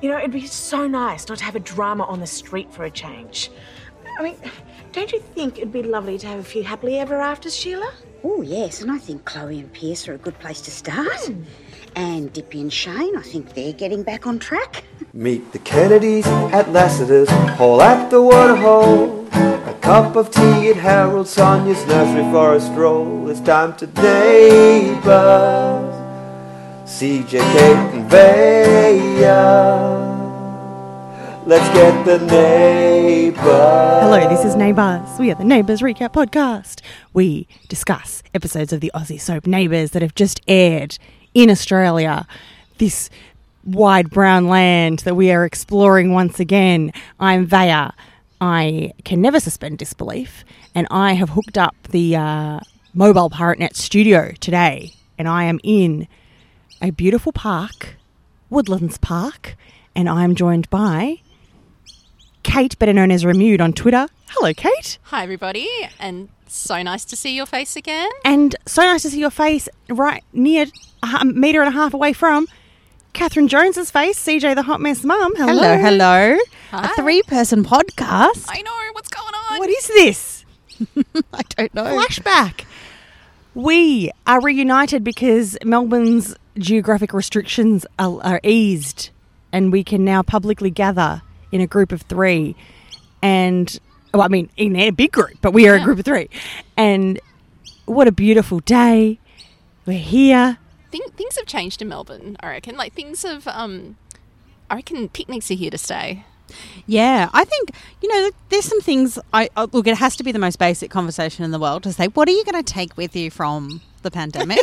You know, it'd be so nice not to have a drama on the street for a change. I mean, don't you think it'd be lovely to have a few happily ever afters, Sheila? Oh, yes, and I think Chloe and Pierce are a good place to start. And Dippy and Shane, I think they're getting back on track. Meet the Kennedys at Lassiter's, Hall at the Waterhole. A cup of tea at Harold Sonia's nursery for a stroll. It's time to neighbours. CJ, Kate, and Vaya. Let's get the neighbours. Hello, this is Neighbours. We are the Neighbours Recap Podcast. We discuss episodes of the Aussie soap Neighbours that have just aired in Australia. This wide brown land that we are exploring once again. I'm Vaya. I can never suspend disbelief, and I have hooked up the uh, mobile Pirate.net studio today, and I am in a beautiful park, Woodlands Park, and I am joined by Kate, better known as Remude on Twitter. Hello, Kate. Hi, everybody, and so nice to see your face again. And so nice to see your face right near uh, a ha- meter and a half away from Catherine Jones's face, CJ the hot mess mum. Hello. Hello, hello. Hi. A three person podcast. I know what's going on. What is this? I don't know. Flashback. We are reunited because Melbourne's geographic restrictions are, are eased and we can now publicly gather in a group of three and well, I mean in a big group, but we are a group of three. And what a beautiful day. We're here. Thing, things have changed in Melbourne. I reckon. Like things have. Um, I reckon picnics are here to stay. Yeah, I think, you know, there's some things. I uh, Look, it has to be the most basic conversation in the world to say, what are you going to take with you from the pandemic?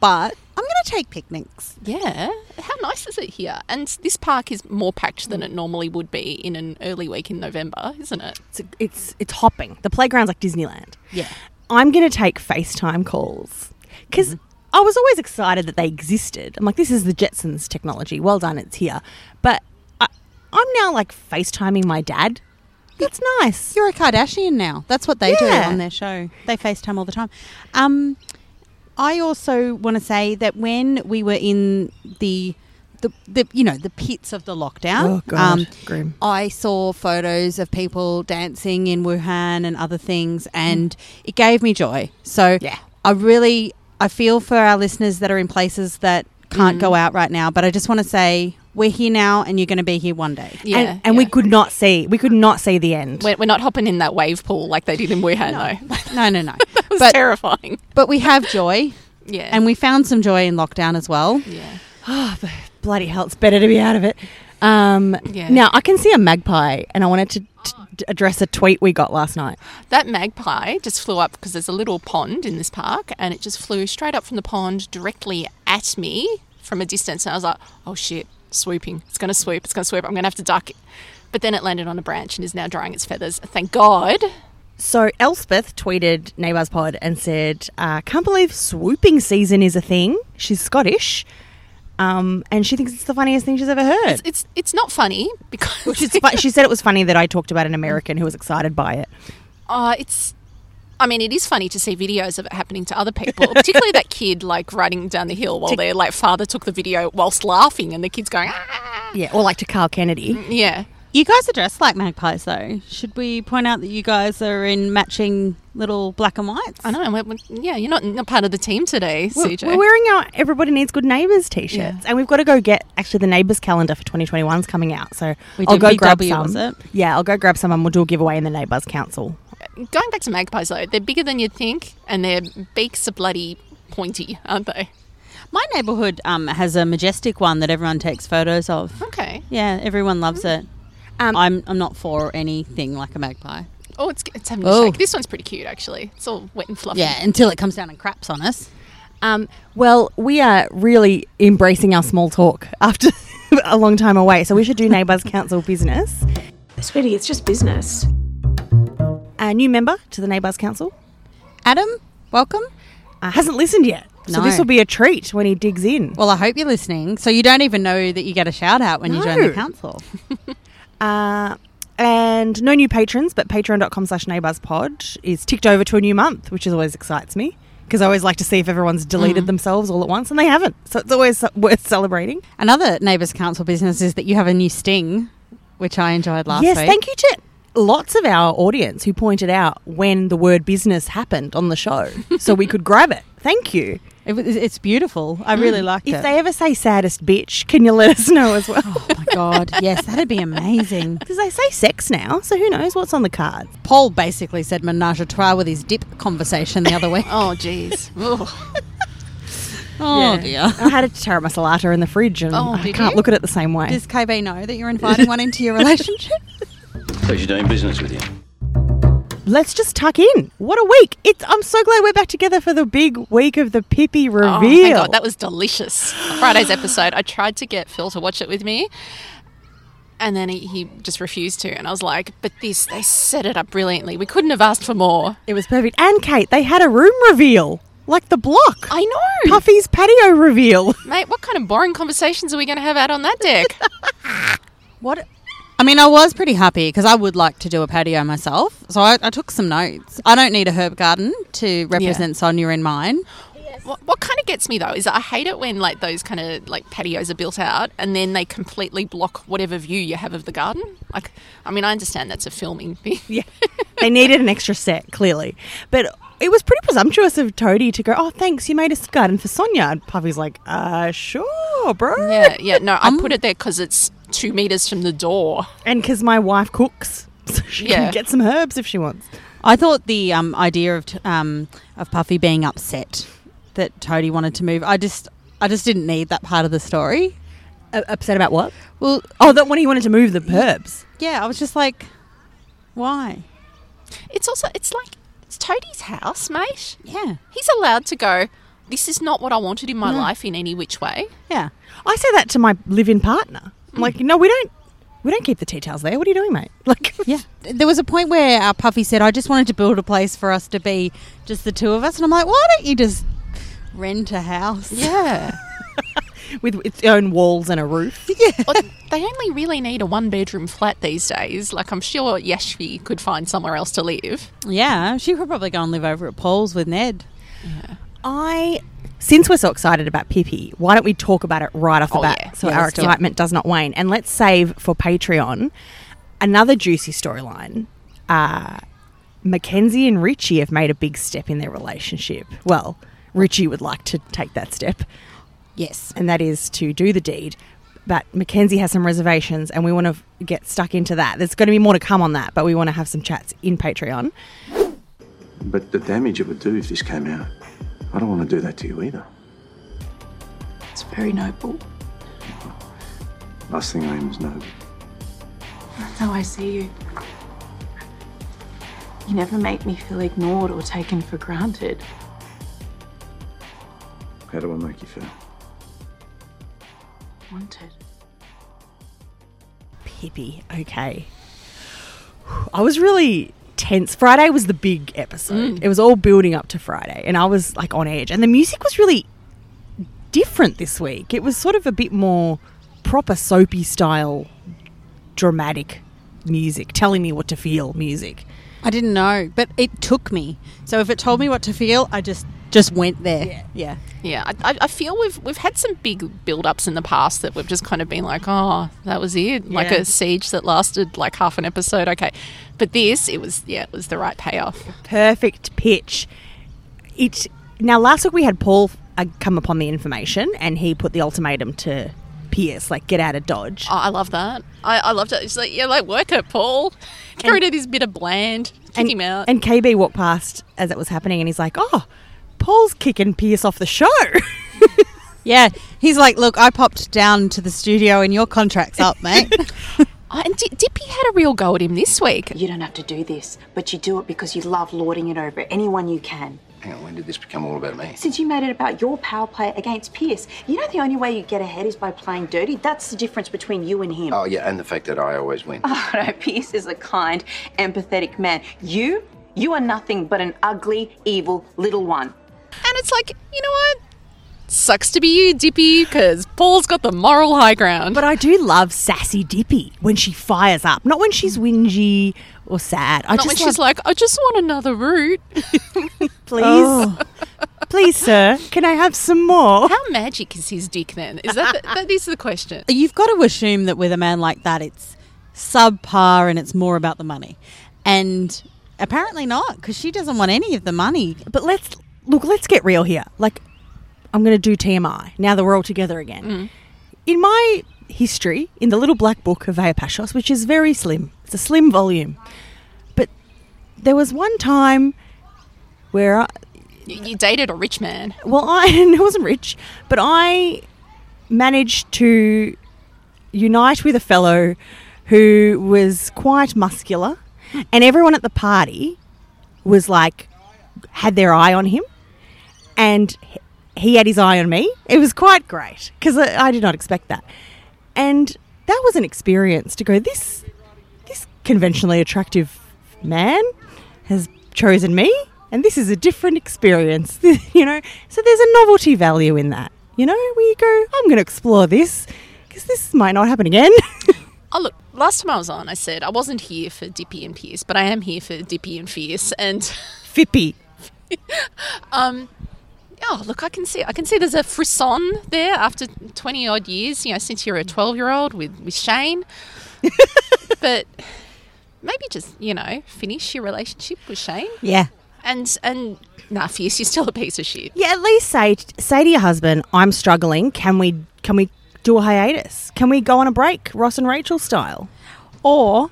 but I'm going to take picnics. Yeah. How nice is it here? And this park is more packed than it normally would be in an early week in November, isn't it? It's it's it's hopping. The playground's like Disneyland. Yeah. I'm going to take FaceTime calls because Mm-hmm. I was always excited that they existed. I'm like, this is the Jetsons technology. Well done, it's here. But I, I'm now like FaceTiming my dad. That's nice. You're a Kardashian now. That's what they Yeah. do on their show. They FaceTime all the time. Um, I also want to say that when we were in the, the, the you know, the pits of the lockdown, um, Oh, God. Grim. I saw photos of people dancing in Wuhan and other things, and it gave me joy. So Yeah. I really, I feel for our listeners that are in places that can't Mm. go out right now, but I just want to say we're here now, and you're going to be here one day. Yeah. and and we yeah. could not see. We could not see the end. We're, we're not hopping in that wave pool like they did in Wuhan, though. That No, no, no. was but terrifying. but we have joy, Yeah. and we found some joy in lockdown as well. yeah. Bloody hell, it's better to be out of it. Um, Yeah. Now I can see a magpie, and I wanted to t- address a tweet we got last night. That magpie just flew up because there's a little pond in this park, and it just flew straight up from the pond directly at me from a distance. And I was like, oh shit, swooping. It's going to swoop. It's going to swoop. I'm going to have to duck. But then it landed on a branch and is now drying its feathers. Thank God. So Elspeth tweeted Neighbours Pod and said, uh, "Can't believe swooping season is a thing." She's Scottish, um, and she thinks it's the funniest thing she's ever heard. It's it's not funny because She's fu- she said it was funny that I talked about an American who was excited by it. uh, it's. I mean, it is funny to see videos of it happening to other people, particularly that kid like riding down the hill while their like father took the video whilst laughing, and the kid's going, ah. Yeah, or like to Carl Kennedy. yeah. You guys are dressed like magpies, though. Should we point out that you guys are in matching little black and whites? I know. and we're- we're- yeah, you're not, not part of the team today, We're, CJ. we're wearing our "Everybody Needs Good Neighbours" t-shirts, Yeah. and we've got to go get actually the neighbours calendar for 2021's coming out. So We I'll did go BW, grab some. was it? Yeah, I'll go grab some, and we'll do a giveaway in the Neighbours Council. Going back to magpies though, they're bigger than you'd think, and their beaks are bloody pointy, aren't they? My neighbourhood um, has a majestic one that everyone takes photos of. Okay. Yeah, everyone loves it. Um, I'm I'm not for anything like a magpie. Oh, it's it's having Oh. a shake. This one's pretty cute actually. It's all wet and fluffy. Yeah, until it comes down and craps on us. Um, well, we are really embracing our small talk after a long time away, so we should do Neighbours Council business. Sweetie, it's just business. A new member to the Neighbours Council Adam, welcome. uh, hasn't listened yet, so No. this will be a treat when he digs in. Well, I hope you're listening. So you don't even know that you get a shout out when you join No. the council. Uh, and no new patrons, but patreon.com slash neighbourspod is ticked over to a new month, which is always excites me. because I always like to see if everyone's deleted themselves all at once, and they haven't. So it's always so- worth celebrating. Another neighbours council business is that you have a new sting, which I enjoyed last yes, week. thank you to lots of our audience who pointed out when the word business happened on the show, so we could grab it. Thank you. It was, it's beautiful. I really liked If it. they ever say saddest bitch, can you let us know as well? oh my god, yes, that'd be amazing. Because they say sex now, so who knows what's on the card? Paul basically said menage a trois with his dip conversation the other week. Oh, jeez. Ugh. oh dear. I had a tara salata in the fridge, and Oh, I did can't you? look at it the same way. Does KB know that you're inviting one into your relationship? So she's doing business with you. Let's just tuck in. What a week! It's, I'm so glad we're back together for the big week of the Pippi reveal. Oh, thank God. That was delicious. Friday's episode, I tried to get Phil to watch it with me. And then he, he just refused to. And I was like, but this, they set it up brilliantly. We couldn't have asked for more. it was perfect. And Kate, they had a room reveal, like the block. I know. Puffy's patio reveal. Mate, what kind of boring conversations are we going to have out on that deck? What? I mean, I was pretty happy because I would like to do a patio myself. So I, I took some notes. I don't need a herb garden to represent Sonia in mine. What, what kind of gets me though is that I hate it when like those kind of like patios are built out and then they completely block whatever view you have of the garden. Like, I mean, I understand that's a filming thing. Yeah. they needed an extra set, clearly. But it was pretty presumptuous of Toadie to go, Oh, thanks, you made a garden for Sonia. And Puffy's like, Uh, sure, bro. Yeah, yeah. No, I put it there because it's two meters from the door. And because my wife cooks, so she Yeah. can get some herbs if she wants. I thought the um, idea of t- um, of Puffy being upset that Toadie wanted to move. I just I just didn't need that part of the story. Uh, upset about what? Well, Oh, that when he wanted to move the herbs. yeah, I was just like, why? It's also it's like it's Toadie's house, mate. Yeah, He's allowed to go. This is not what I wanted in my life in any which way. yeah. I say that to my live in partner. I'm like, No, we don't. We don't keep the tea towels there. What are you doing, mate? Like, Yeah. There was a point where our Puffy said, I just wanted to build a place for us to be just the two of us. And I'm like, why don't you just rent a house? Yeah. with its own walls and a roof. they only really need a one bedroom flat these days. Like I'm sure Yashvi could find somewhere else to live. Yeah. She could probably go and live over at Paul's with Ned. I, since we're so excited about Pippi, why don't we talk about it right off the Oh, bat yeah. so Yeah, our let's do it. excitement does not wane? And let's save for Patreon another juicy storyline. Uh, Mackenzie and Richie have made a big step in their relationship. Well, Richie would like to take that step, Yes. and that is to do the deed. But Mackenzie has some reservations, and we want to get stuck into that. There's going to be more to come on that, but we want to have some chats in Patreon. But the damage it would do if this came out, I don't want to do that to you either. It's very noble. Last thing I am is no. That's how I see you. You never make me feel ignored or taken for granted. How do I make you feel? Wanted. Pippi. Okay. I was really tense. Friday was the big episode. It was all building up to Friday, and I was like on edge. And the music was really different this week. It was sort of a bit more proper soapy style, dramatic music, telling me what to feel music. I didn't know, but it took me. So if it told me what to feel, I just just went there. Yeah. Yeah, I- I, I feel we've we've had some big build-ups in the past that we've just kind of been like, oh, that was it, like Yeah. a siege that lasted like half an episode. Okay, but this, it was yeah, it was the right payoff. perfect pitch. It now last week we had Paul uh, come upon the information, and he put the ultimatum to Pierce, like get out of Dodge. Oh, I love that. I, I loved it. It's like yeah, like work it, Paul. Get rid of this bit of bland. Kick and, him out. And KB walked past as it was happening, and he's like, "Oh, Paul's kicking Pierce off the show." Yeah. He's like, look, I popped down to the studio and your contract's up, mate. Oh, and Di- Dippy had a real go at him this week. You don't have to do this, but you do it because you love lording it over anyone you can. Hang on, when did this become all about me? Since you made it about your power play against Pierce, you know the only way you get ahead is by playing dirty. That's the difference between you and him. Oh, Oh, yeah, and the fact that I always win. No, Pierce is a kind, empathetic man. You, you are nothing but an ugly, evil little one. And it's like you know what. Sucks to be you, Dippy, because Paul's got the moral high ground. but I do love sassy Dippy when she fires up, not when she's whingy or sad. I Not just when love, she's like, "Oh." I just want another root. please. Please, sir, can I have some more? How magic is his dick then? Is that, the, that is the question. You've got to assume that with a man like that, it's subpar and it's more about the money. And apparently not, because she doesn't want any of the money. But let's look, let's get real here. Like, I'm going to do TMI now that we're all together again. Mm. In my history, in the little black book of Aeopashos, which is very slim, it's a slim volume, but there was one time where I, You, you dated a rich man. well, I it wasn't rich, but I managed to unite with a fellow who was quite muscular, and everyone at the party was like had their eye on him, and he- he had his eye on me. It was quite great because I, I did not expect that, and that was an experience to go this this conventionally attractive man has chosen me and this is a different experience you know so there's a novelty value in that you know where you go i'm going to explore this because this might not happen again Oh, look, last time I was on, I said I wasn't here for Dippy and Pierce, but I am here for Dippy and Fierce. And, fippy oh, look, I can see I can see there's a frisson there after 20 odd years, you know, since you're a 12 year old with, with Shane. but maybe just, you know, finish your relationship with Shane. yeah And, and, nah, Fierce, you're still a piece of shit. yeah at least say say to your husband i'm struggling can we can we do a hiatus can we go on a break ross and rachel style Or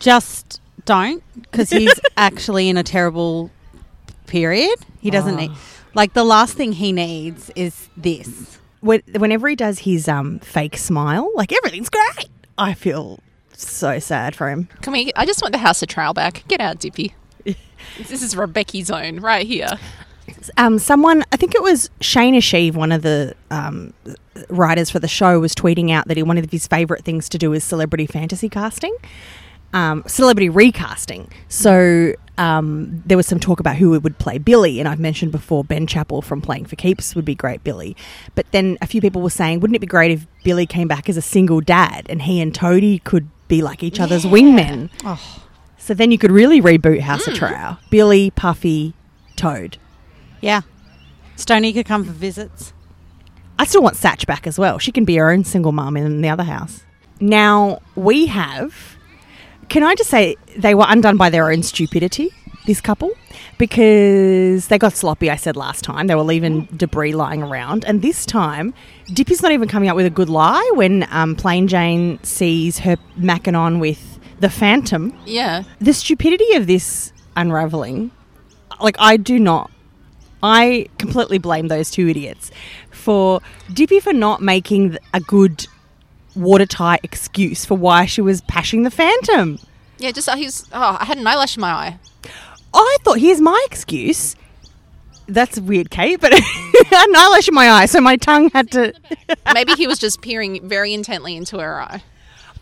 just don't, because he's actually in a terrible period. He doesn't need. Like, the last thing he needs is this. when, whenever he does his um fake smile like everything's great i feel so sad for him Can we? I just want the house of trial back. Get out, Dippy. this is Rebecca's zone right here. um, someone, I think it was Shane Asheev, one of the um, writers for the show, was tweeting out that he one of his favourite things to do is celebrity fantasy casting, um, celebrity recasting. So um, there was some talk about who would play Billy, and I've mentioned before Ben Chappell from Playing for Keeps would be great Billy. But then a few people were saying, wouldn't it be great if Billy came back as a single dad and he and Toadie could be like each other's wingmen? So then you could really reboot House of Trow. Billy, Puffy, Toad. Yeah. Stoney could come for visits. I still want Satch back as well. She can be her own single mum in the other house. Now we have. Can I just say they were undone by their own stupidity, this couple, because they got sloppy. I said last time they were leaving debris lying around, and this time Dippy's not even coming up with a good lie when um, Plain Jane sees her macking on with the Phantom Yeah. the stupidity of this unraveling, like I do not, I completely blame those two idiots for Dippy for not making th- a good watertight excuse for why she was pashing the phantom. Yeah, just uh, he's. Oh, I had an eyelash in my eye. I thought, here's my excuse. That's weird, Kate, but I had an eyelash in my eye, so my tongue had to. Maybe he was just peering very intently into her eye.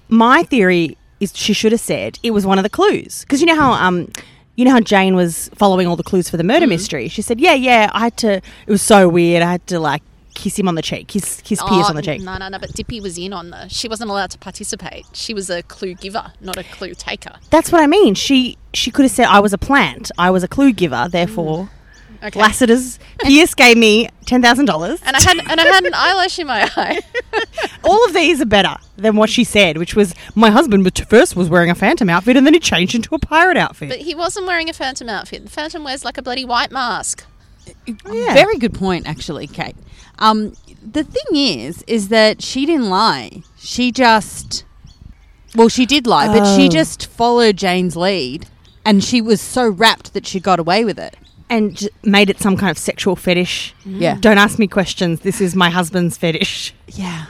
my theory is she should have said it was one of the clues because you know how um you know how Jane was following all the clues for the Mm-hmm. murder mystery. She said, "Yeah, yeah, I had to. It was so weird. I had to like kiss him on the cheek, kiss kiss Pierce Oh, on the cheek." No, no, no. But Dippy was in on the. She wasn't allowed to participate. She was a clue giver, not a clue taker. That's what I mean. She she could have said, "I was a plant. I was a clue giver. Therefore, Mm, Okay. Lassiter's Pierce gave me ten thousand dollars." And I had and I had an eyelash in my eye. All of these are better than what she said, which was my husband. Which first was wearing a phantom outfit, and then he changed into a pirate outfit. But he wasn't wearing a phantom outfit. The phantom wears like a bloody white mask. Very good point, actually, Kate. Um, the thing is, is that she didn't lie. She just, well, she did lie, but she just followed Jane's lead, and she was so wrapped that she got away with it. and j- made it some kind of sexual fetish. Yeah. Don't ask me questions. This is my husband's fetish. Yeah,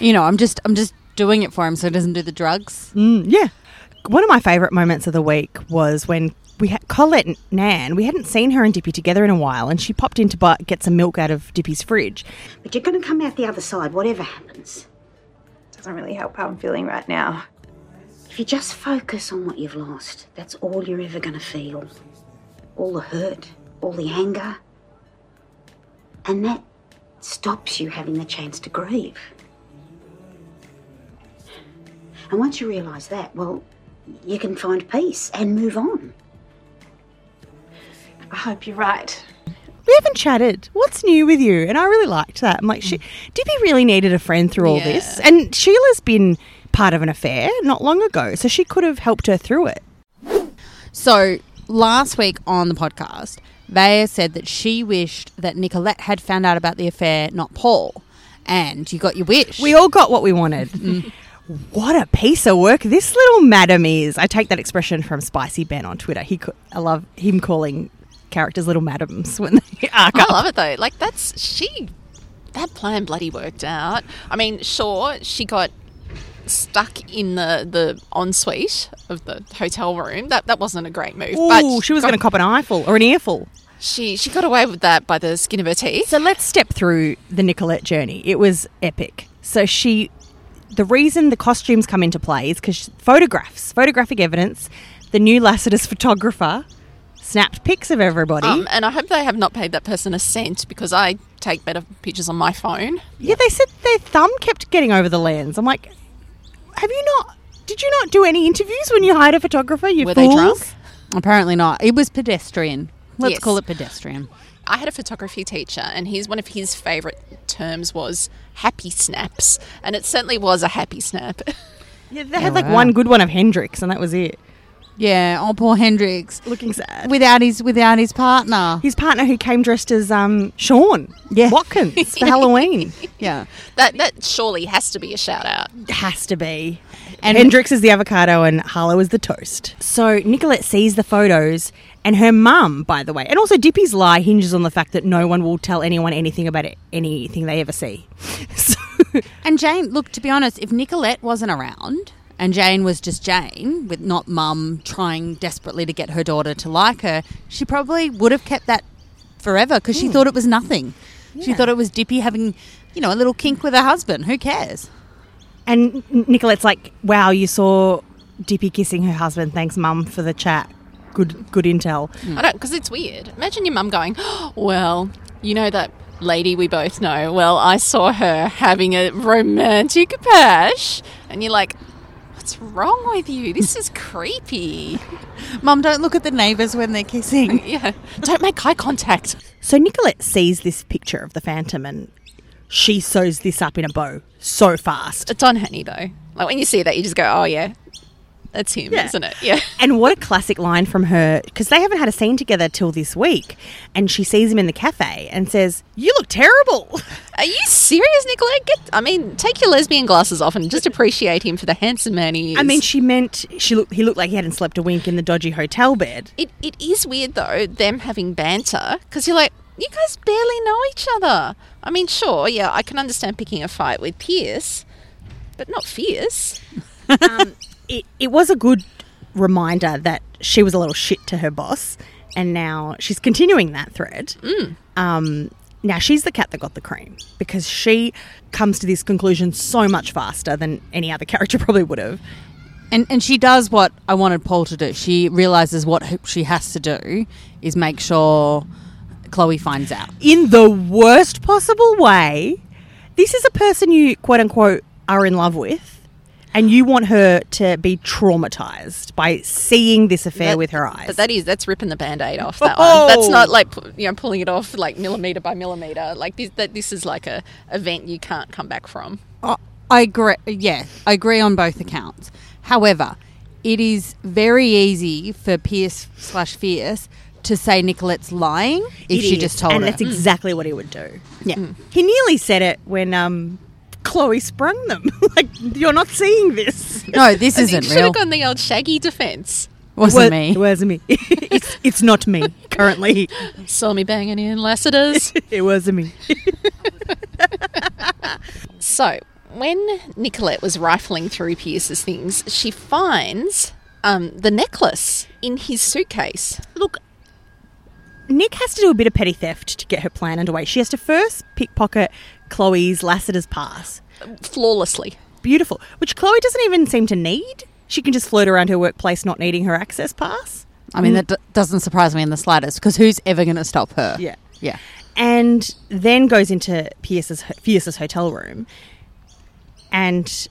you know, I'm just, I'm just doing it for him so he doesn't do the drugs. Mm, yeah. One of my favorite moments of the week was when we had Colette and Nan. We hadn't seen her and Dippy together in a while, and she popped in to buy, get some milk out of Dippy's fridge. But you're going to come out the other side, whatever happens. Doesn't really help how I'm feeling right now. If you just focus on what you've lost, that's all you're ever going to feel. All the hurt, all the anger. And that stops you having the chance to grieve. And once you realise that, well, you can find peace and move on. I hope you're right. Yeah, haven't chatted. What's new with you? And I really liked that. I'm like, she, Debbie really needed a friend through all this. And Sheila's been part of an affair not long ago, so she could have helped her through it. So last week on the podcast, Vaya said that she wished that Nicolette had found out about the affair, not Paul. And you got your wish. We all got what we wanted. What a piece of work this little madam is. I take that expression from Spicy Ben on Twitter. He, co- I love him calling characters little madams when they arc I up. love it though. Like that's she. That plan bloody worked out. I mean, sure, she got stuck in the the ensuite of the hotel room. That that wasn't a great move. Ooh, but she was got- going to cop an eyeful or an earful. She she got away with that by the skin of her teeth. So let's step through the Nicolette journey. It was epic. So she, the reason the costumes come into play is because photographs, photographic evidence, the new Lassiter's photographer snapped pics of everybody. Um, and I hope they have not paid that person a cent because I take better pictures on my phone. yeah, they said their thumb kept getting over the lens. I'm like, have you not? Did you not do any interviews when you hired a photographer? You Were they fools? drunk? Apparently not. It was pedestrian. Let's Yes. call it pedestrian. I had a photography teacher, and his one of his favourite terms was happy snaps, and it certainly was a happy snap. Yeah, they had like one good one of Hendrix, and that was it. Yeah, oh poor Hendrix. Looking sad. Without his without his partner. His partner who came dressed as um, Sean Yeah. Watkins for Halloween. Yeah. that that surely has to be a shout out. Has to be. And Hendrix is the avocado and Harlow is the toast. So Nicolette sees the photos and her mum, by the way. And also Dippy's lie hinges on the fact that no one will tell anyone anything about it, anything they ever see. So And Jane, look, to be honest, if Nicolette wasn't around and Jane was just Jane, with not mum trying desperately to get her daughter to like her, she probably would have kept that forever because she thought it was nothing. She thought it was Dippy having, you know, a little kink with her husband. Who cares? and Nicolette's like, "Wow, you saw Dippy kissing her husband. Thanks mum for the chat. Good good intel." Hmm. I don't because it's weird. Imagine your mum going, "Well, you know that lady we both know. Well, I saw her having a romantic bash," and you're like, "What's wrong with you? This is creepy." Mum, don't look at the neighbours when they're kissing. Yeah, don't make eye contact. So Nicolette sees this picture of the phantom and she sews this up in a bow so fast. It's unhandy Uh, though. Like when you see that, you just go, "Oh yeah, that's him, isn't it?" Yeah. And what a classic line from her because they haven't had a scene together till this week. And she sees him in the cafe and says, You look terrible. Are you serious, Nicolette? Get, I mean, take your lesbian glasses off and just appreciate him for the handsome man he is. I mean, she meant she looked, he looked like he hadn't slept a wink in the dodgy hotel bed. it, it is weird though them having banter because you're like you guys barely know each other i mean sure yeah i can understand picking a fight with pierce but not fierce It, it was a good reminder that she was a little shit to her boss. And now she's continuing that thread. Um, now she's the cat that got the cream because she comes to this conclusion so much faster than any other character probably would have. And, and she does what I wanted Paul to do. She realises what h- she has to do is make sure Chloe finds out. in the worst possible way. This is a person you quote unquote are in love with, and you want her to be traumatized by seeing this affair That- with her eyes. but that is that's ripping the band-aid off that Oh! one that's not like pu- you know pulling it off like millimeter by millimeter like this that this is like a event you can't come back from I- I agree. Yeah, I agree on both accounts. However, it is very easy for Pierce slash Fierce to say Nicolette's lying It if she is, just told and her. Mm. that's exactly what he would do. Mm. yeah. He nearly said it when um, Chloe sprung them. like you're not seeing this. No, this isn't you should real. have gone the old shaggy defense Wasn't Wa- me. It wasn't me. it's, it's not me currently. saw me banging in lassiter's It wasn't me. So, when Nicolette was rifling through Pierce's things, she finds um, the necklace in his suitcase. Look, Nick has to do a bit of petty theft to get her plan underway. She has to first pickpocket Chloe's Lassiter's pass. Flawlessly. Beautiful. Which Chloe doesn't even seem to need. She can just flirt around her workplace not needing her access pass. I mean, that d- doesn't surprise me in the slightest because who's ever going to stop her? Yeah. Yeah. And then goes into Pierce's, Pierce's hotel room. And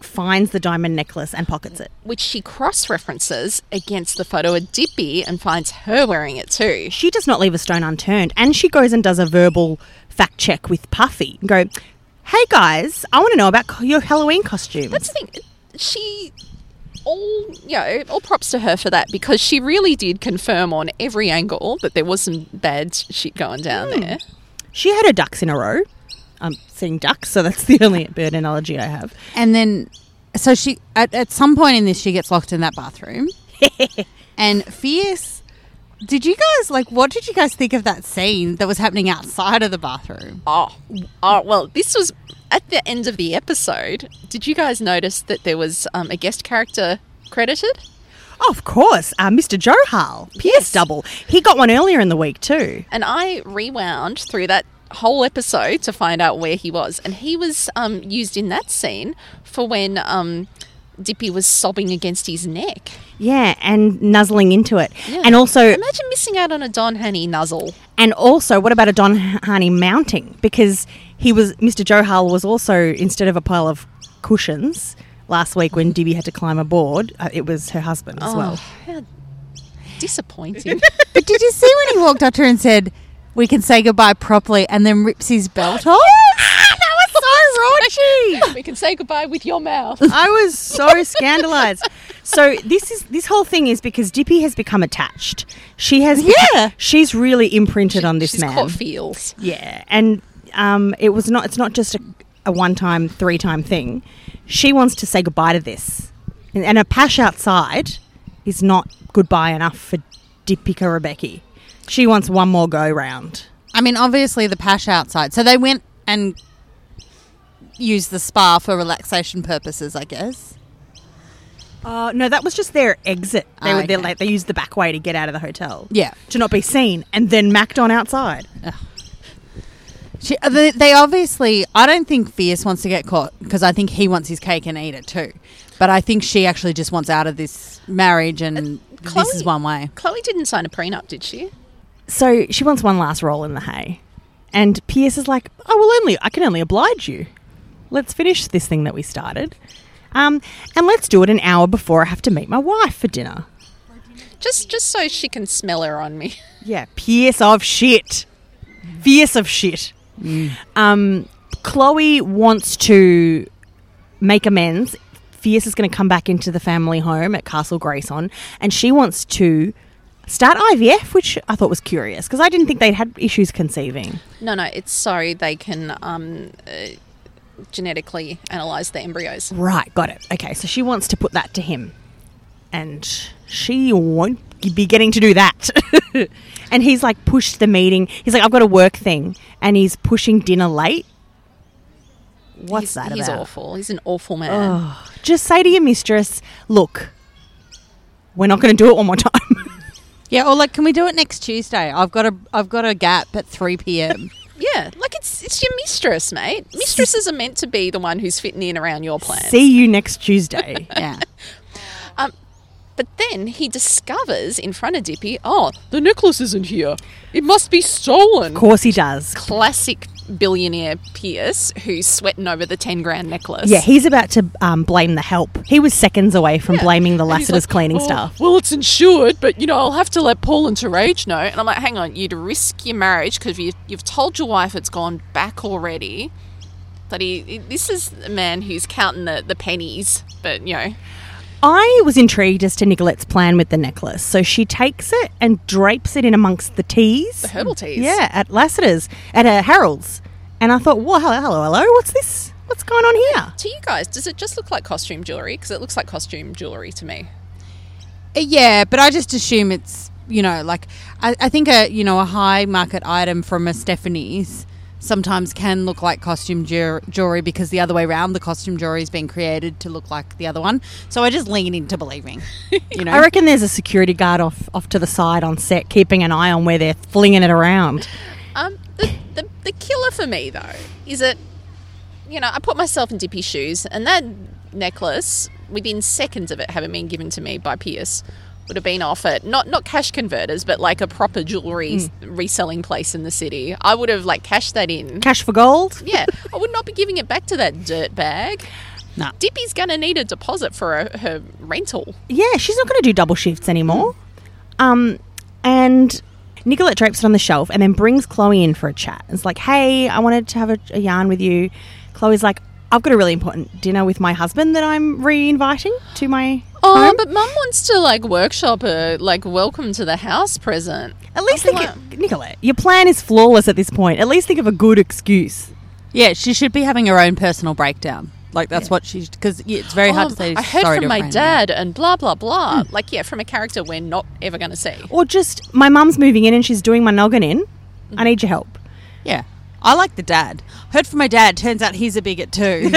finds the diamond necklace and pockets it. which she cross references against the photo of Dippy and finds her wearing it too. She does not leave a stone unturned and she goes and does a verbal fact check with Puffy and go, Hey guys, I want to know about co- your Halloween costume. That's the thing. She all you know, all props to her for that because she really did confirm on every angle that there was some bad shit going down there. She had her ducks in a row. I'm seeing ducks, so that's the only bird analogy I have. And then, so she at, at some point in this, she gets locked in that bathroom. and fierce. Did you guys like? What did you guys think of that scene that was happening outside of the bathroom? Oh, oh well, this was at the end of the episode. Did you guys notice that there was um, a guest character credited? Of course, uh, Mr. Johal, Pierce Double. He got one earlier in the week too. And I rewound through that whole episode to find out where he was. And he was um, used in that scene for when um, Dippy was sobbing against his neck. Yeah, and nuzzling into it. Yeah. And also, Imagine missing out on a Don Honey nuzzle. and also, what about a Don Harney mounting? Because he was Mr. Johal was also instead of a pile of cushions last week when Dibby had to climb aboard, uh, it was her husband as well. How disappointing. But did you see when he walked up to her and said, "We can say goodbye properly," and then rips his belt off? Oh. was so raunchy. we can say goodbye with your mouth. I was so scandalized. So this is this whole thing is because Dippy has become attached. She has Yeah. she's really imprinted on this She's man. caught feels. Yeah, and um, it was not. It's not just a, a one-time, three-time thing. She wants to say goodbye to this, and, and a pash outside is not goodbye enough for Dipika Rebecca. She wants one more go round. I mean, obviously the pash outside. So they went and used the spa for relaxation purposes, I guess. Uh, no, that was just their exit. They Ah, were they okay. like they used the back way to get out of the hotel. Yeah. to not be seen, and then macked on outside. She, uh, they, they obviously. I don't think Fierce wants to get caught because I think he wants his cake and eat it too. But I think she actually just wants out of this marriage, and this is Chloe- one way. Chloe didn't sign a prenup, did she? So she wants one last roll in the hay, and Pierce is like, "I will only, I can only oblige you. Let's finish this thing that we started, um, and let's do it an hour before I have to meet my wife for dinner." Just just so she can smell her on me. Yeah, Pierce of shit, fierce of shit. Um, Chloe wants to make amends. Fierce is going to come back into the family home at Castle Grayson, and she wants to start IVF, which I thought was curious because I didn't think they'd had issues conceiving. No, no, it's so they can um, uh, genetically analyze the embryos. Right, got it. Okay, so she wants to put that to him. And she won't be getting to do that. and he's like pushed the meeting. He's like, I've got a work thing. And he's pushing dinner late. What's he's, that He's about? awful. He's an awful man. Just say to your mistress, look, we're not going to do it one more time. Yeah, or like, can we do it next Tuesday? I've got a, I've got a gap at three p.m. Yeah, like it's it's your mistress, mate. Mistresses are meant to be the one who's fitting in around your plan. See you next Tuesday. yeah, But then he discovers in front of Dippy, oh, the necklace isn't here. It must be stolen. of course he does. Classic billionaire Pierce who's sweating over the ten grand necklace. Yeah, he's about to um, blame the help. He was seconds away from blaming the And he's Lassiter's like, cleaning "Oh, staff. Well, it's insured, but you know, I'll have to let Paul and Terage know. And I'm like, hang on, you'd risk your marriage because you, you've told your wife it's gone back already. That he, he- this is a man who's counting the, the pennies, but you know, I was intrigued as to Nicolette's plan with the necklace. So she takes it and drapes it in amongst the teas. The herbal teas. Yeah, at Lassiter's, at uh, Harold's. And I thought, well, hello, hello, hello, what's this? What's going on here? To you guys, does it just look like costume jewelry? Because it looks like costume jewelry to me. Uh, yeah. But I just assume it's, you know, like, I, I think a, you know, a high market item from a Stephanie's sometimes can look like costume jewel- jewelry because the other way around, the costume jewelry is being created to look like the other one. So I just lean into believing. You know, I reckon there's a security guard off, off to the side on set keeping an eye on where they're flinging it around. Um, the, the, the killer for me though is that you know I put myself in Dippy's shoes, and that necklace within seconds of it having been given to me by Pierce would have been off at not not cash converters, but like a proper jewelry s reselling place in the city. I would have like cashed that in. Cash for gold? Yeah, I would not be giving it back to that dirt bag. Nah. Dippy's going to need a deposit for her, her rental. Yeah, she's not going to do double shifts anymore. Um, and Nicolette drapes it on the shelf and then brings Chloe in for a chat. It's like, hey, I wanted to have a, a yarn with you. Chloe's like, I've got a really important dinner with my husband that I'm re-inviting to my Oh, home. but Mum wants to like workshop a like welcome to the house present. At least think, Nicolette, your plan is flawless at this point. At least think of a good excuse. Yeah, she should be having her own personal breakdown. Like that's what she's because yeah, it's very hard Oh, to say. I heard sorry to from a my friend. Hmm. dad and blah blah blah. Like yeah, from a character we're not ever going to see. Or just, my mum's moving in and she's doing my noggin in. Mm-hmm. I need your help. Yeah, I like the dad. Heard from my dad. Turns out he's a bigot too.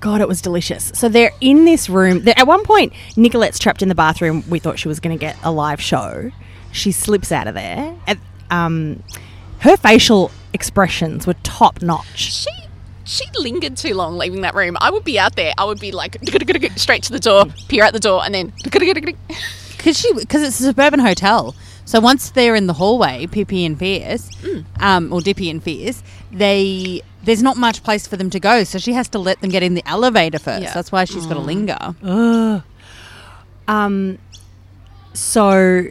God, it was delicious. So they're in this room. They're- At one point, Nicolette's trapped in the bathroom. We thought she was going to get a live show. She slips out of there. And, um, her facial expressions were top notch. She she lingered too long leaving that room. I would be out there. I would be like straight to the door, peer out the door, and then because she because it's a suburban hotel. So once they're in the hallway, Pippi and Fierce, Mm. um, or Dippy and Fierce, they there's not much place for them to go. So she has to let them get in the elevator first. Yeah. That's why she's got to linger. Um, so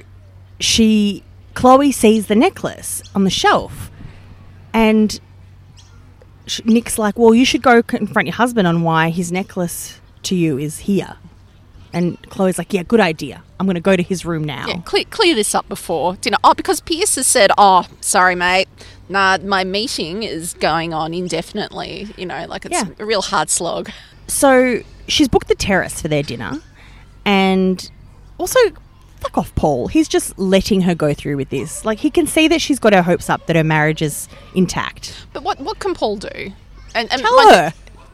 she, Chloe sees the necklace on the shelf, and sh- Nick's like, "Well, you should go confront your husband on why his necklace to you is here." And Chloe's like, "Yeah, good idea. I'm going to go to his room now." Yeah, clear, clear this up before dinner. Oh, because Pierce has said, "Oh, sorry, mate. Nah, my meeting is going on indefinitely. You know, like it's Yeah. a real hard slog." So she's booked the terrace for their dinner, and also fuck off Paul. He's just letting her go through with this. Like he can see that she's got her hopes up that her marriage is intact. But what what can Paul do? And, and Tell like- her.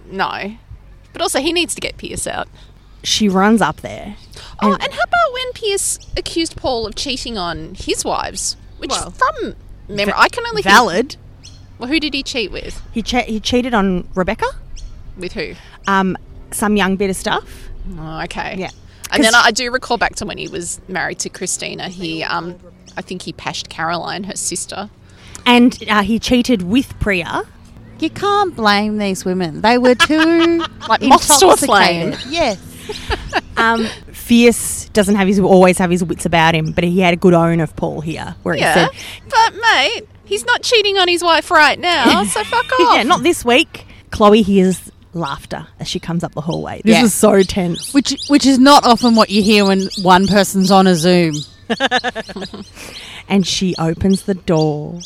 no. But also, he needs to get Pierce out. She runs up there. Oh, and how about when Pierce accused Paul of cheating on his wives? Which, from memory, I can only think- Valid. well, who did he cheat with? He che- he cheated on Rebecca. With who? Um, some young bit of stuff. Oh, okay. Yeah. And then 'Cause- I, I do recall back to when he was married to Christina. He, um, I think he pashed Caroline, her sister. And uh, he cheated with Priya. You can't blame these women. They were too Like moths to a flame. intoxicated. Yes. Um, Fierce doesn't have his always have his wits about him, but he had a good own of Paul here, where Yeah. he said, But, mate, he's not cheating on his wife right now, so fuck off. "Yeah, not this week." Chloe hears laughter as she comes up the hallway. This Yeah. is so tense. Which which is not often what you hear when one person's on a Zoom. and she opens the door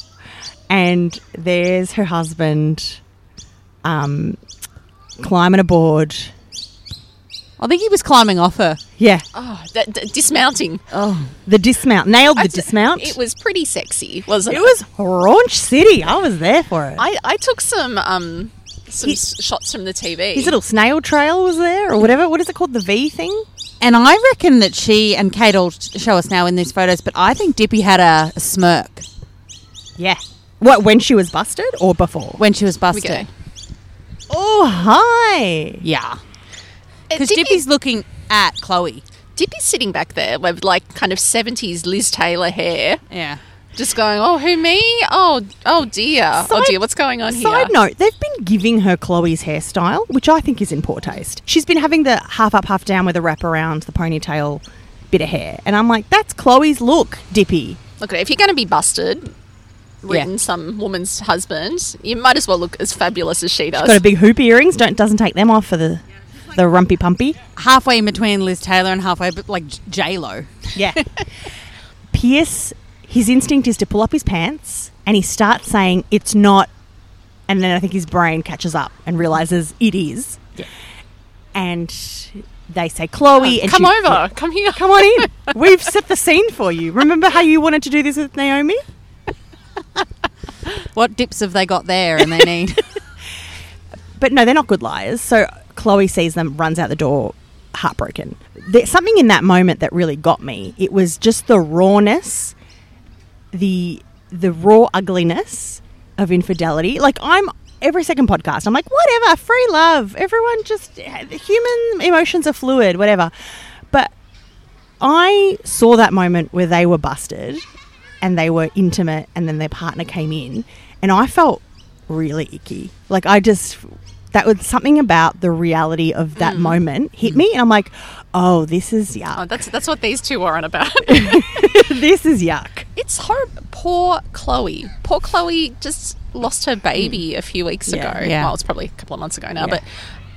and there's her husband um climbing aboard I think he was climbing off her. yeah Oh, that, that dismounting. the dismount nailed the I'd say dismount It was pretty sexy, wasn't it? it was raunch city i was there for it I, I took some um some s shots from the TV. his little snail trail was there or whatever what is it called the v thing And I reckon that she and Kate will show us now in these photos, but I think Dippy had a, a smirk yeah what when she was busted or before when she was we busted. go. oh hi Yeah. Because Because Dippy's looking at Chloe. Dippy's sitting back there with like kind of seventies Liz Taylor hair, Yeah. just going, "Oh, who me? Oh, oh dear, oh Side- dear, what's going on here?" Side note, they've been giving her Chloe's hairstyle, which I think is in poor taste. She's been having the half up, half down with a wrap around the ponytail bit of hair. And I'm like, that's Chloe's look, Dippy. Look, if you're going to be busted, written some woman's husband, you might as well look as fabulous as she does. Got a big hoop earrings, don't doesn't take them off for the the rumpy pumpy. Halfway in between Liz Taylor and halfway, but like J Lo. Yeah. Pierce, his instinct is to pull up his pants and he starts saying, It's not. And then I think his brain catches up and realizes it is. Yeah. And they say, Chloe. and Oh, Come she- over, come here. Come on in. We've set the scene for you. Remember how you wanted to do this with Naomi? What dips have they got there and they need? But no, they're not good liars. So Chloe sees them, runs out the door, heartbroken. There's something in that moment that really got me. It was just the rawness, the the raw ugliness of infidelity. Like I'm every second podcast, I'm like, whatever, free love. Everyone just human emotions are fluid, whatever. But I saw that moment where they were busted and they were intimate and then their partner came in and I felt really icky. Like I just that was something about the reality of that moment hit me, and I'm like, oh, this is Oh, yuck. that's that's what these two are on about. this is yuck. it's horrible. Poor Chloe. Poor Chloe just lost her baby Mm. a few weeks ago. yeah. Well, it's probably a couple of months ago now, but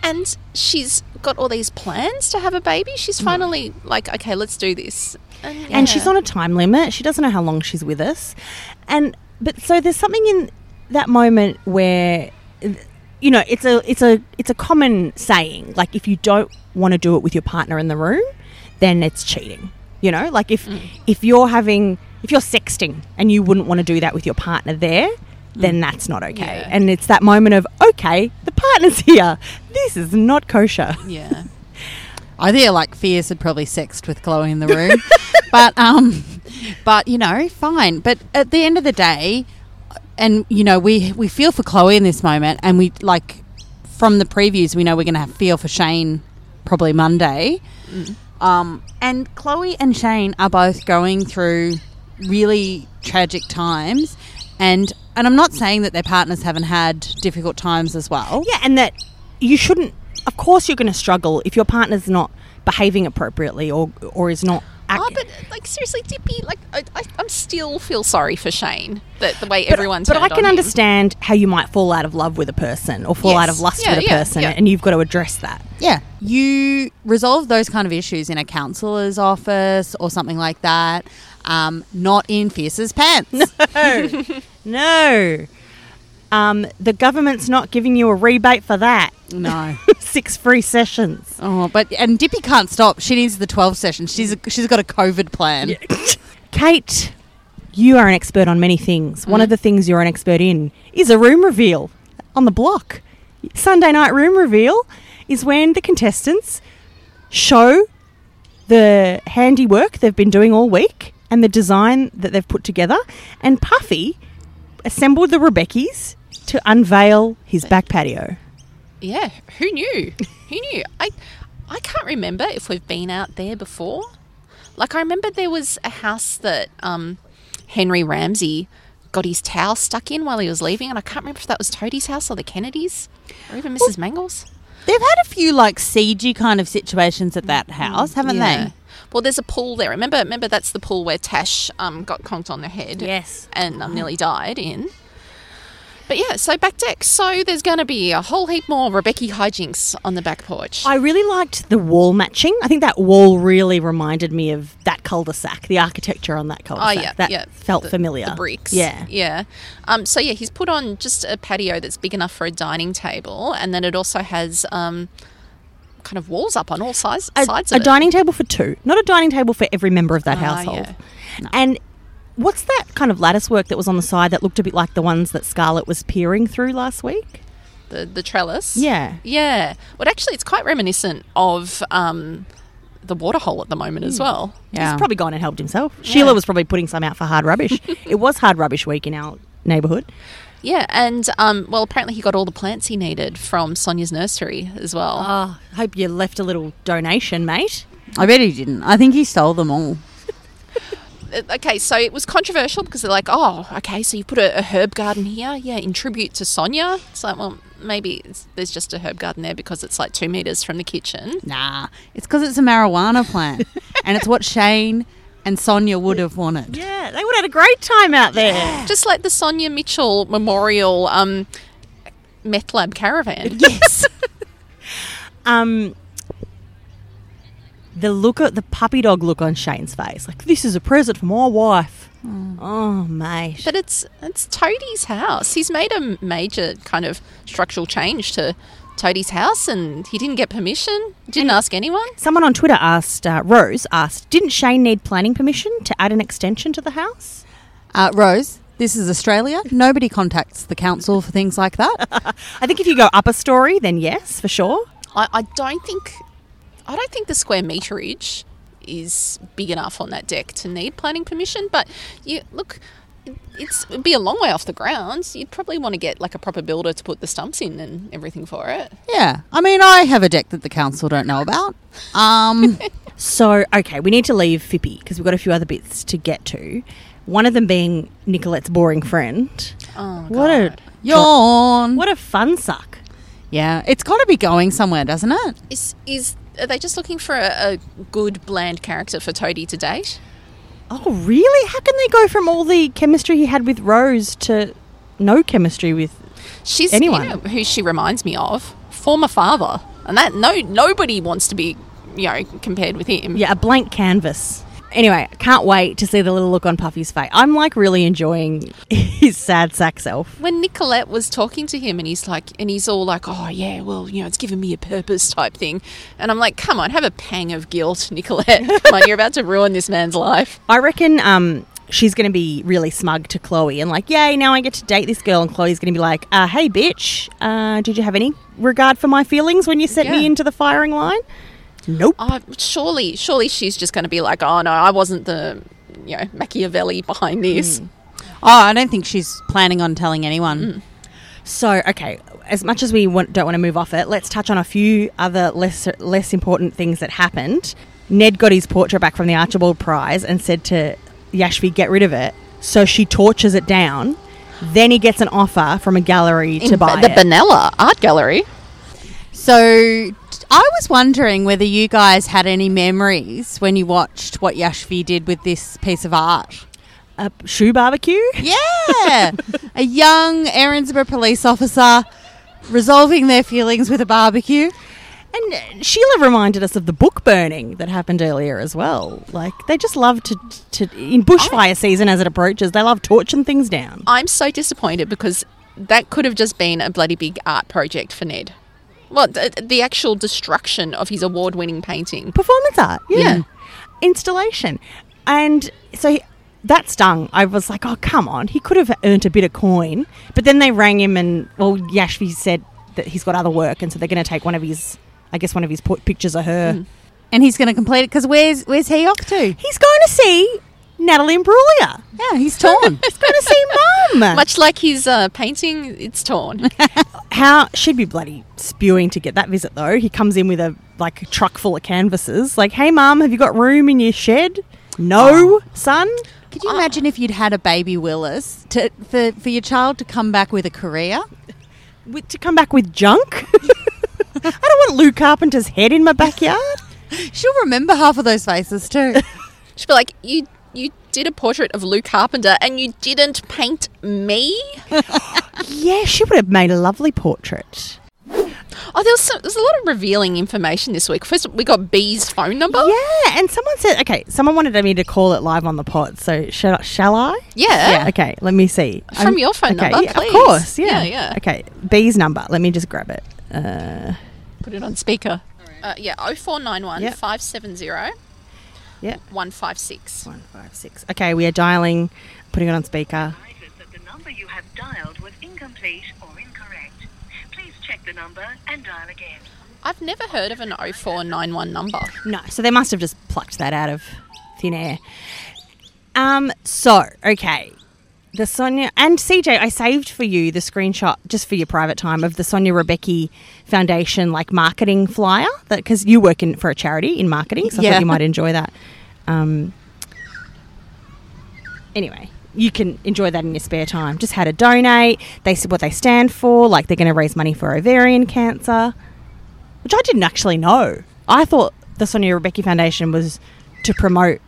and she's got all these plans to have a baby. She's finally like, okay, let's do this. And, Mm. and she's on a time limit. She doesn't know how long she's with us, and but so there's something in that moment where, you know, it's a it's a it's a common saying like if you don't want to do it with your partner in the room, then it's cheating. You know, like if if you're having if you're sexting and you wouldn't want to do that with your partner there. Then that's not okay. Yeah. And it's that moment of, okay, the partner's here. This is not kosher. yeah. I feel like Fierce had probably sexed with Chloe in the room, but um, but you know, fine. But at the end of the day, and you know, we we feel for Chloe in this moment, and we like from the previews, we know we're going to have feel for Shane probably Monday. Um, and Chloe and Shane are both going through really tragic times, and and I'm not saying that their partners haven't had difficult times as well. Yeah, and that you shouldn't. Of course, you're going to struggle if your partner's not behaving appropriately or or is not. Act- Oh, but like seriously, Dippy, like I, I, I'm still feel sorry for Shane that the way everyone. but I turned can on him. understand how you might fall out of love with a person or fall out Yes. of lust Yeah, with a yeah, person, yeah. and you've got to address that. Yeah. You resolve those kind of issues in a counselor's office or something like that, um, not in Fierce's pants. No, um, the government's not giving you a rebate for that. Mm. No. Six free sessions. Oh, but and Dippy can't stop. She needs the 12 session. She's she's got a COVID plan. Kate, you are an expert on many things. One of Mm-hmm. the things you're an expert in is a room reveal on the block. Sunday night room reveal is when the contestants show the handiwork they've been doing all week and the design that they've put together. And Puffy assembled the Rebeckies to unveil his back patio. Yeah, who knew? Who knew? I I can't remember if we've been out there before. Like I remember there was a house that um, Henry Ramsey got his towel stuck in while he was leaving, and I can't remember if that was Toadie's house or the Kennedys or even Mrs. Mangles. They've had a few like siegey kind of situations at Mm. that house, haven't they? Well, there's a pool there. Remember, remember that's the pool where Tash um, got conked on the head. Yes. and um, nearly died in. But yeah, so back deck. So there's going to be a whole heap more Rebecca hijinks on the back porch. I really liked the wall matching. I think that wall really reminded me of that cul-de-sac, the architecture on that Oh cul-de-sac. yeah, that yeah. felt The- familiar. The bricks. Yeah. yeah. Um, so yeah, he's put on just a patio that's big enough for a dining table, and then it also has um, kind of walls up on all sides a, sides a of it. dining table for two, not a dining table for every member of that Ah, household. yeah. And what's that kind of lattice work that was on the side that looked a bit like the ones that Scarlett was peering through last week? the the trellis. Yeah. yeah. Well, actually, it's quite reminiscent of um, the water hole at the moment Hmm. as well. Yeah. He's probably gone and helped himself. Sheila was probably putting some out for hard rubbish. it was hard rubbish week in our neighbourhood. Yeah, and um, well, apparently he got all the plants he needed from Sonia's nursery as well. Oh, hope you left a little donation, mate. I bet he didn't. I think he stole them all. Uh, okay, so it was controversial because they're like, oh, okay, so you put a, a herb garden here, yeah, in tribute to Sonia. It's like, well, maybe it's, there's just a herb garden there because it's like two meters from the kitchen. Nah. It's cuz it's a marijuana plant and it's what Shane and Sonia would have wanted. Yeah, they would have had a great time out there. Just like the Sonia Mitchell Memorial um, Meth Lab Caravan. Yes. um, the look at the puppy dog look on Shane's face, like this is a present for my wife. Oh mate, but it's it's Toadie's house. He's made a major kind of structural change to Toadie's house and he didn't get permission, didn't ask anyone. someone on Twitter asked uh, Rose asked, didn't Shane need planning permission to add an extension to the house? Uh, Rose, this is Australia. Nobody contacts the council for things like that. I think if you go up a story, then yes, for sure. I, I don't think I don't think the square meterage is big enough on that deck to need planning permission. But you look, it's it'd be a long way off the grounds. You'd probably want to get like a proper builder to put the stumps in and everything for it. yeah, I mean, I have a deck that the council don't know about. Um, So okay, we need to leave Fippy because we've got a few other bits to get to. One of them being Nicolette's boring friend. Oh, what a yawn. what a fun suck. Yeah, it's got to be going somewhere, doesn't it? Is is are they just looking for a, a good bland character for Toadie to date? Oh, really? How can they go from all the chemistry he had with Rose to no chemistry with? She's Anyone. you know, who she reminds me of former father, and that no nobody wants to be you know compared with him. Yeah, a blank canvas. Anyway, can't wait to see the little look on Puffy's face. I'm like really enjoying his sad sack self. When Nicolette was talking to him, and he's like, and he's all like, "Oh yeah, well you know it's given me a purpose type thing," and I'm like, "Come on, have a pang of guilt, Nicolette. Come on, you're about to ruin this man's life." I reckon um, she's going to be really smug to Chloe and like, yay, now I get to date this girl. And Chloe's going to be like, uh, hey, bitch, uh, did you have any regard for my feelings when you sent me Yeah. into the firing line? Nope. I surely, surely she's just going to be like, "Oh no, I wasn't the you know Machiavelli behind this." Oh, I don't think she's planning on telling anyone. Mm, So, okay, as much as we want, don't want to move off it, let's touch on a few other less less important things that happened. Ned got his portrait back from the Archibald Prize and said to Yashvi, "Get rid of it." So she tortures it down. Then he gets an offer from a gallery to In buy the it. Benella Art Gallery. So t- I was wondering whether you guys had any memories when you watched what Yashvi did with this piece of art. a shoe barbecue. Yeah, a young Erinsborough police officer resolving their feelings with a barbecue. And uh, Sheila reminded us of the book burning that happened earlier as well. Like they just love to, to in bushfire season as it approaches, they love torching things down. I'm so disappointed because that could have just been a bloody big art project for Ned. Well, the, the actual destruction of his award winning painting. performance art. Yeah. Yeah. Installation. And so he, that stung. I was like, oh, come on. He could have earned a bit of coin. But then they rang him and, well, Yashvi said that he's got other work. And so they're going to take one of his, I guess, one of his port- pictures of her. Mm. And he's going to complete it because where's where's he off to? He's going to see Natalie Imbruglia. Yeah, he's torn. He's going to see Mum. Much like his uh, painting, it's torn. How she'd be bloody spewing to get that visit though. He comes in with a like a truck full of canvases. Like, hey, Mum, have you got room in your shed? Oh. No, son. Could you imagine if you'd had a baby Willis to, for for your child to come back with a career? with, to come back with junk. I don't want Lou Carpenter's head in my backyard. She'll remember half of those faces too. She'd be like, You you did a portrait of Lou Carpenter and you didn't paint me? yeah, she would have made a lovely portrait. Oh, there was, some, there's a lot of revealing information this week. First, we got B's phone number. Yeah, and someone said, okay, someone wanted me to call it live on the pod. So shall, shall I? Yeah. Okay, let me see. From your phone okay, number, yeah, please. Of course, yeah. Yeah, yeah. Okay, B's number. Let me just grab it. Uh, Put it on speaker. Uh, yeah, 0491 Yep. 570 yeah, 156. one five six. Okay, we are dialing, putting it on speaker. that the number you have dialed was incomplete or incorrect. Please check the number and dial again. I've never heard of an 0491 number. No, so they must have just plucked that out of thin air. Um, so okay, the Sonia and CJ, I saved for you the screenshot just for your private time of the Sonia Rebecca Foundation like marketing flyer that because you work in for a charity in marketing, so I Yeah. thought you might enjoy that. Um, anyway. You can enjoy that in your spare time. Just how to donate. They said what they stand for. Like they're going to raise money for ovarian cancer which I didn't actually know. I thought the Sonia Rebecca Foundation was to promote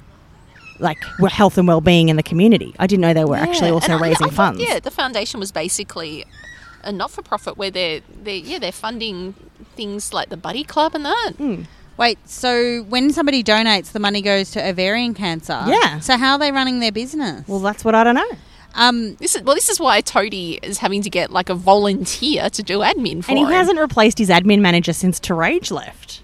like we- health and well-being in the community. I didn't know they were actually Yeah, also and I- raising I thought, funds. Yeah, the foundation was basically a not-for-profit where they're they yeah they're funding things like the Buddy Club and that. Hmm. Wait, so when somebody donates, the money goes to ovarian cancer. Yeah. So how are they running their business? Well, that's what I don't know. um, This is well, this is why Toadie is having to get like a volunteer to do admin for And he him. hasn't replaced his admin manager since Terage left.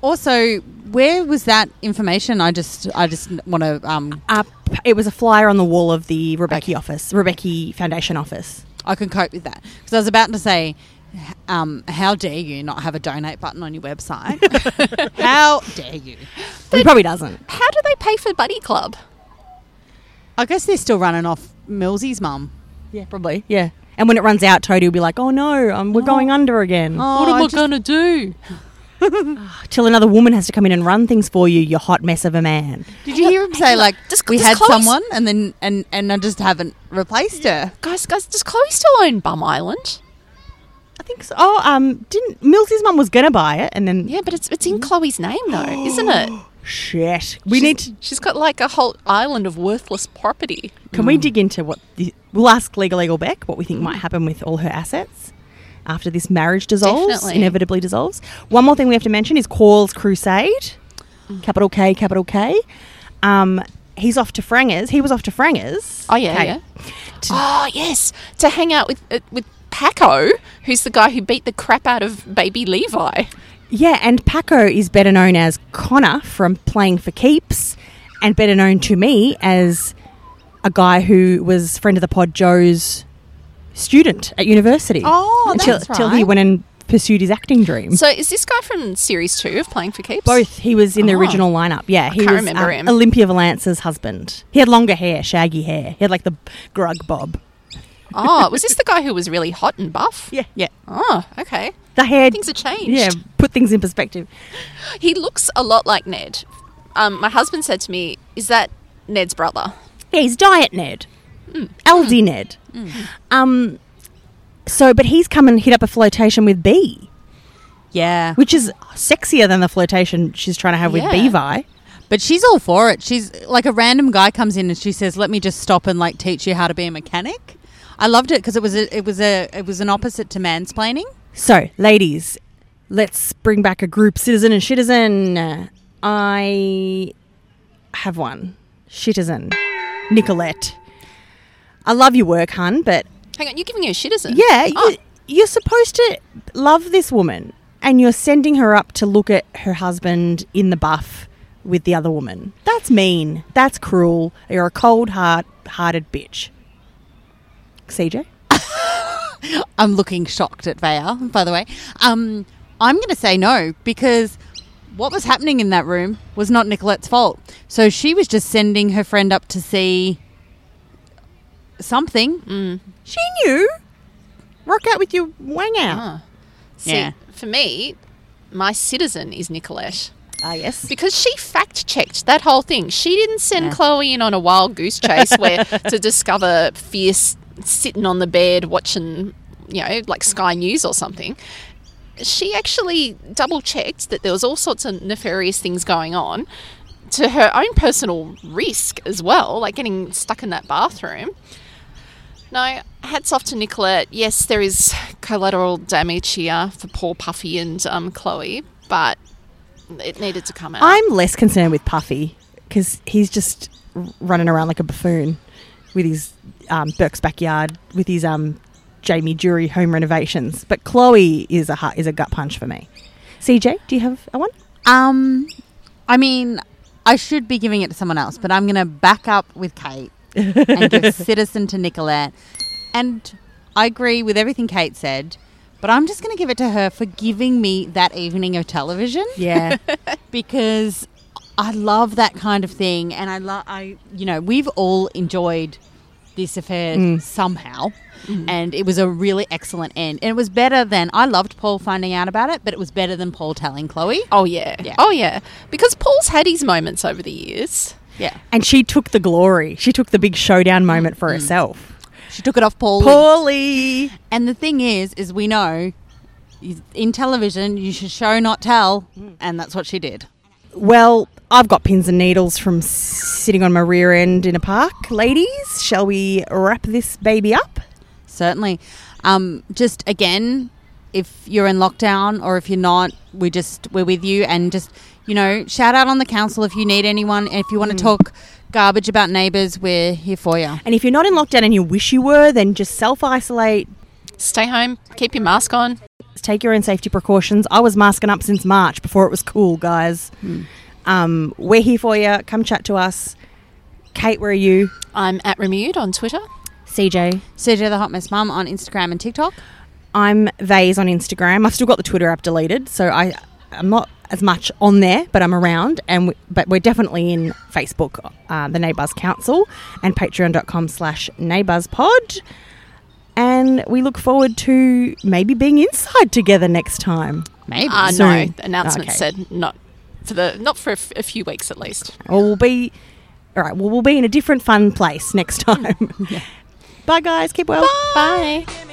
also, where was that information? I just, I just want to. Um, Up, Uh, it was a flyer on the wall of the Rebecca office, Rebecca Foundation office. I can cope with that because I was about to say, h- um, how dare you not have a donate button on your website? how dare you? he probably doesn't. How do they pay for Buddy Club? I guess they're still running off Millsy's mum. Yeah, probably. Yeah. And when it runs out, Toadie will be like, "Oh no, um, we're going under again." Oh, I just- gonna do? Till another woman has to come in and run things for you, you hot mess of a man. did you hear him say like does- we does had Chloe's- someone and then and and I just haven't replaced her? Guys, guys, does Chloe still own Bum Island? I think so. Oh, um, didn't Milty's mum was gonna buy it, and then yeah, but it's it's in Chloe's name though, isn't it? Shit, we need to. She's got like a whole island of worthless property. Can we dig into what the, we'll ask Legal Eagle Beck what we think might happen with all her assets after this marriage dissolves, Definitely. inevitably dissolves? One more thing we have to mention is Call's Crusade, Mm. capital K, capital K. Um, he's off to Frangers. He was off to Frangers. Oh yeah, yeah. Oh yes, to hang out with uh, with Paco, who's the guy who beat the crap out of baby Levi. Yeah, and Paco is better known as Connor from Playing for Keeps, and better known to me as a guy who was friend of the pod Joe's student at university. Oh, until, that's till he right. went and pursued his acting dream. So is this guy from series two of Playing for Keeps? Both he was in the Oh. original lineup. Yeah, he can't was uh, remember him. Olympia Valance's husband. He had longer hair, shaggy hair. He had like the grug bob. Oh, was this the guy who was really hot and buff? Yeah, yeah. Oh, okay. The hair Things have changed. Yeah, put things in perspective. He looks a lot like Ned. Um, my husband said to me, "Is that Ned's brother?" Yeah, he's Diet Ned, LD Ned. Um, so, but he's come and hit up a flirtation with B, Yeah. which is sexier than the flirtation she's trying to have with Yeah. Bevi. But she's all for it. She's like a random guy comes in and she says, "Let me just stop and like teach you how to be a mechanic." I loved it because it was a, it was a it was an opposite to mansplaining. So, ladies, let's bring back a group citizen and citizen. I have one citizen, Nicolette. I love your work, hun, but Hang on, you're giving her shitizen. Yeah, you, Oh, you're supposed to love this woman, and you're sending her up to look at her husband in the buff with the other woman. That's mean. That's cruel. You're a cold heart hearted bitch. CJ? I'm looking shocked at Vaya, by the way. Um, I'm going to say no because what was happening in that room was not Nicolette's fault. So she was just sending her friend up to see something. She knew. Rock out with your wang out. see, yeah. for me, my citizen is Nicolette. Ah, yes. because she fact checked that whole thing. She didn't send Chloe in on a wild goose chase where to discover fierce sitting on the bed watching, you know, like Sky News or something. She actually double checked that there was all sorts of nefarious things going on to her own personal risk as well, like getting stuck in that bathroom. No, hats off to Nicolette. Yes, there is collateral damage here for poor Puffy and um, Chloe, but it needed to come out. I'm less concerned with Puffy because he's just r- running around like a buffoon with his um, Burke's backyard with his um, Jamie Jury home renovations. But Chloe is a hu- is a gut punch for me. CJ, do you have a one? Um, I mean, I should be giving it to someone else, but I'm going to back up with Kate and give Citizen to Nicolette. And I agree with everything Kate said, but I'm just going to give it to her for giving me that evening of television. Yeah. because I love that kind of thing, and I love I you know we've all enjoyed this affair somehow, and it was a really excellent end, and it was better than I loved Paul finding out about it, but it was better than Paul telling Chloe. Oh yeah. Yeah. Oh yeah. Because Paul's had his moments over the years. Yeah, And she took the glory. She took the big showdown moment for herself. she took it off Paul, Paulie. and the thing is, is we know you- in television you should show not tell, and that's what she did. Well, I've got pins and needles from sitting on my rear end in a park. Ladies, shall we wrap this baby up? Certainly. Um, just again, if you're in lockdown or if you're not, we just we're with you and just you know shout out on the council if you need anyone and if you want to talk garbage about neighbours, we're here for you. And if you're not in lockdown and you wish you were, then just self isolate, Stay home, keep your mask on. take your own safety precautions. I was masking up since March before it was cool, guys. Um, we're here for you. Come chat to us. Kate, where are you? I'm at Remude on Twitter. CJ. Sergio the Hot Mess Mum on Instagram and TikTok. I'm Vase on Instagram. I've still got the Twitter app deleted, so I I'm not as much on there, but I'm around. And we, but we're definitely in Facebook, uh, the Neighbours Council, and Patreon.com/slash NeighboursPod. And we look forward to maybe being inside together next time. Maybe. Uh, no, Soon. the announcement Okay. said not for the not for a, f- a few weeks at least. Or we'll be all right. Well, we'll be in a different fun place next time. Bye, guys. Keep well. Bye.